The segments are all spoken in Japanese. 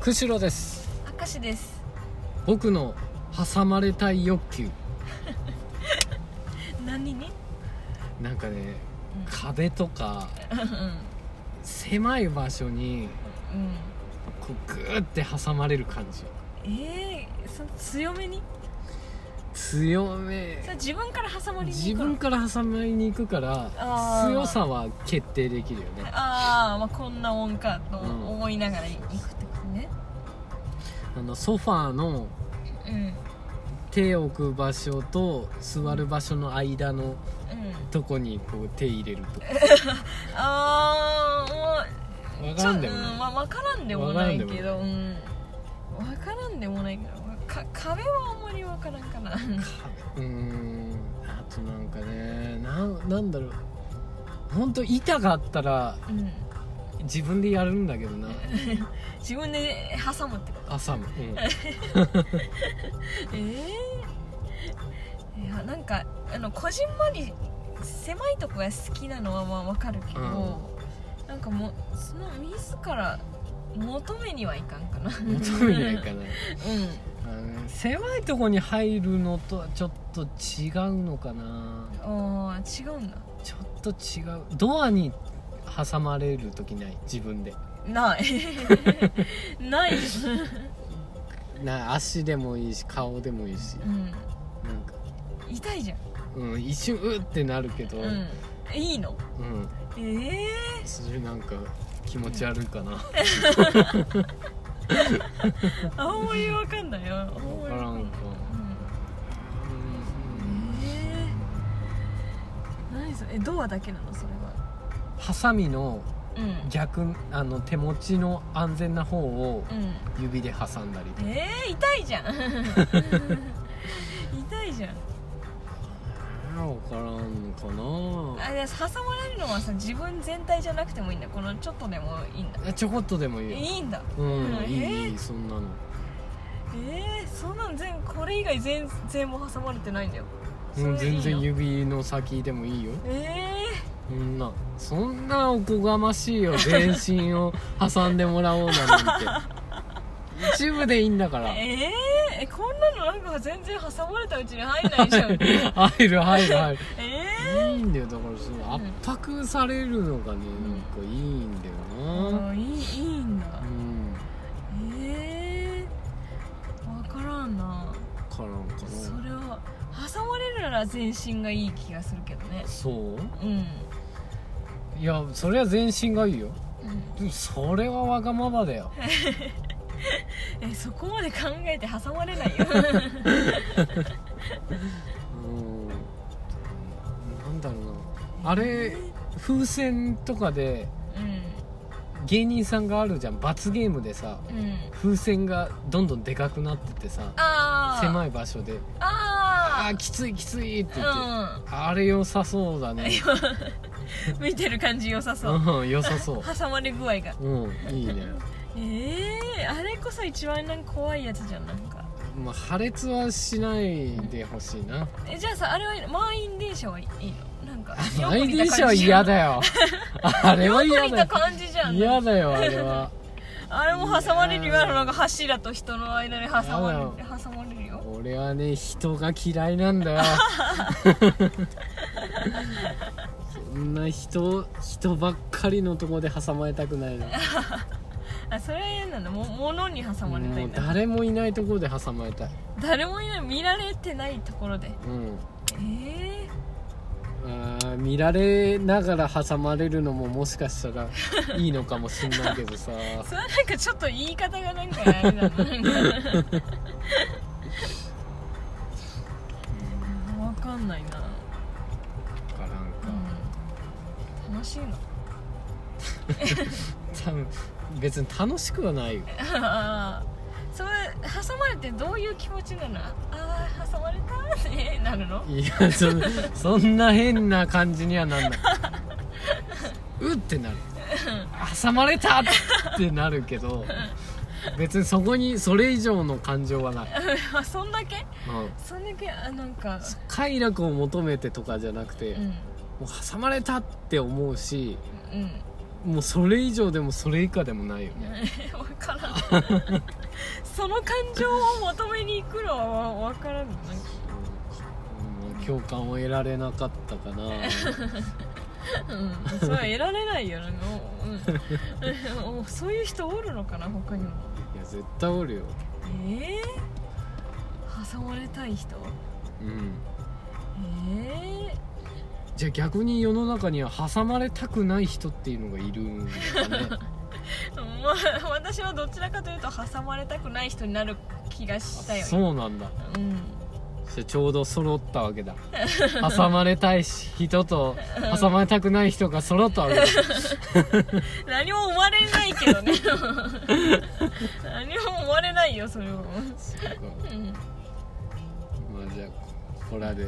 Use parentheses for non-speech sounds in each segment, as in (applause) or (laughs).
釧路です明石です僕の挟まれたい欲求何になんかねうん壁とか狭い場所にうんこうグーって挟まれる感じええそ強めに強そめれ自分から挟まりに自行くの分から挟まりに行くからあー強さは決定できるよねああ、まあ、こんなもんかとうん思いながら行くってことねあのソファーのうんうん手を置く場所と座る場所の間のとこにこう手入れるとかああ分もうちょかっんと、だうよねんまあ、わからんでもないけどうんわからんでもないけどか壁はあんまりわからんかなうーんあとなんかねなんなんだろう本当板があったらうん自分でやるんだけどな自分で挟むってこと朝も、うん、え (laughs) ー、いやなんかあのこじんまり狭いとこが好きなのはまあわかるけど、 (laughs) なんかもうその自ら求めにはいかんかな求め (laughs) ないかなうあの狭いとこに入るのとはちょっと違うのかなんあー違うんだちょっと違うドアに挟まれる時ない自分で (laughs) ないないよな足でもいいし顔でもいいしうんなんか、痛いじゃんうん、一瞬うってなるけど、うんいいのうん、ええそれなんか気持ち悪いかな、ー、あんまりわかんないよあんまわりからんか、うんえー、何それえドアだけなのそれはハサミのうん逆あの手持ちの安全な方をうん指で挟んだりとかえー、痛いじゃん痛いじゃん分からんのかあで挟まれるのはさ自分全体じゃなくてもいいんだこのちょっとでもいいんだなちょこっとでもいいいよいんだうん、うんいいえーいいそんなのえー、そんなん全これ以外全然も挟まれてないんだよそうんれいい全然の指の先でもいいよえそんなそんなおこがましいよ全身を挟んでもらおうなんて一部でいいんだかー、らえー、えこんなのなんか全然挟まれたうちに入んないじ (laughs) ゃんえ入る入る入るえいいんだよだからその圧迫されるのがねなんかいいんだよなー、いいいいんだうんええー、分からんなからんかそなれは挟まれるなら全身がいい気がするけどねそううんいやそれは全身がいいようんでもそれはわがままだよえそこまで考えて挟ま (laughs) れないようんなんだろうなあれ風船とかでうん芸人さんがあるじゃん罰ゲームでさうん風船がどんどんでかくなっててさああい狭い場所で「ああーきついきつい」って言って、ああれ良さそうだねうん見てる感じ良さそううん良さ (laughs) そ挟まれ具合がううんいいねええあれこそ一番なんか怖いやつじゃんなんかまあ破裂はしないでほしいなえじゃあさあれは満員電車はいいのなんか満員電車は嫌だよあれは横嫌にいだたよ感じじゃん嫌だよあれはあれも挟まれるよあのなんか柱と人の間で挟まれる嫌挟まれるよ俺はね人が嫌いなんだよそんな人人ばっかりのとこで挟まれたくないなあそれは嫌なんだも物に挟まれたもいうな誰もいないとこで挟まれたい誰もいない見られてないところでうんえあー見られながら挟まれるのももしかした (laughs) らいいのかもしんないけどさー、それはなんかちょっと言い方がなんかあれだななんかわかんないな、からんかうん、楽しいの多分別に楽しくはないよあー (laughs) それ挟まれてどういう気持ちなのああー挟まれたーってなるの (laughs) いやそそんな変な感じにはなんないうってなる挟まれたってなるけど別にそこにそれ以上の感情はない、あそんだけうんそんだけあなんか快楽を求めてとかじゃなくて、うもんう挟まれたって思うしうんもうそれ以上でもそれ以下でもないよね (laughs) わからんその感情を求めに行くのはわからんなんかうん共感を得られなかったかなうんそれは得られないよねもう、うん (laughs) お、そういう人おるのかな他にもいや絶対おるよええ挟まれたい人うんえじゃあ逆に世の中には挟まれたくない人っていうのがいるんだねえまあ私はどちらかというと挟まれたくない人になる気が (laughs) したよあそうなんだうんじゃあちょうど揃ったわけ (laughs) だ挟まれたい人と挟まれたくない人が揃ったわけ (laughs) だ何も生まれないけどね (laughs) 何も生まれないよそれはそうかうんまあじゃあここらで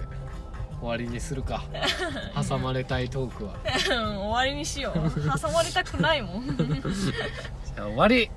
終わりにする (laughs) か挟まれたいトークはうん終わりにしよう挟まれたくないもんじゃあ終わり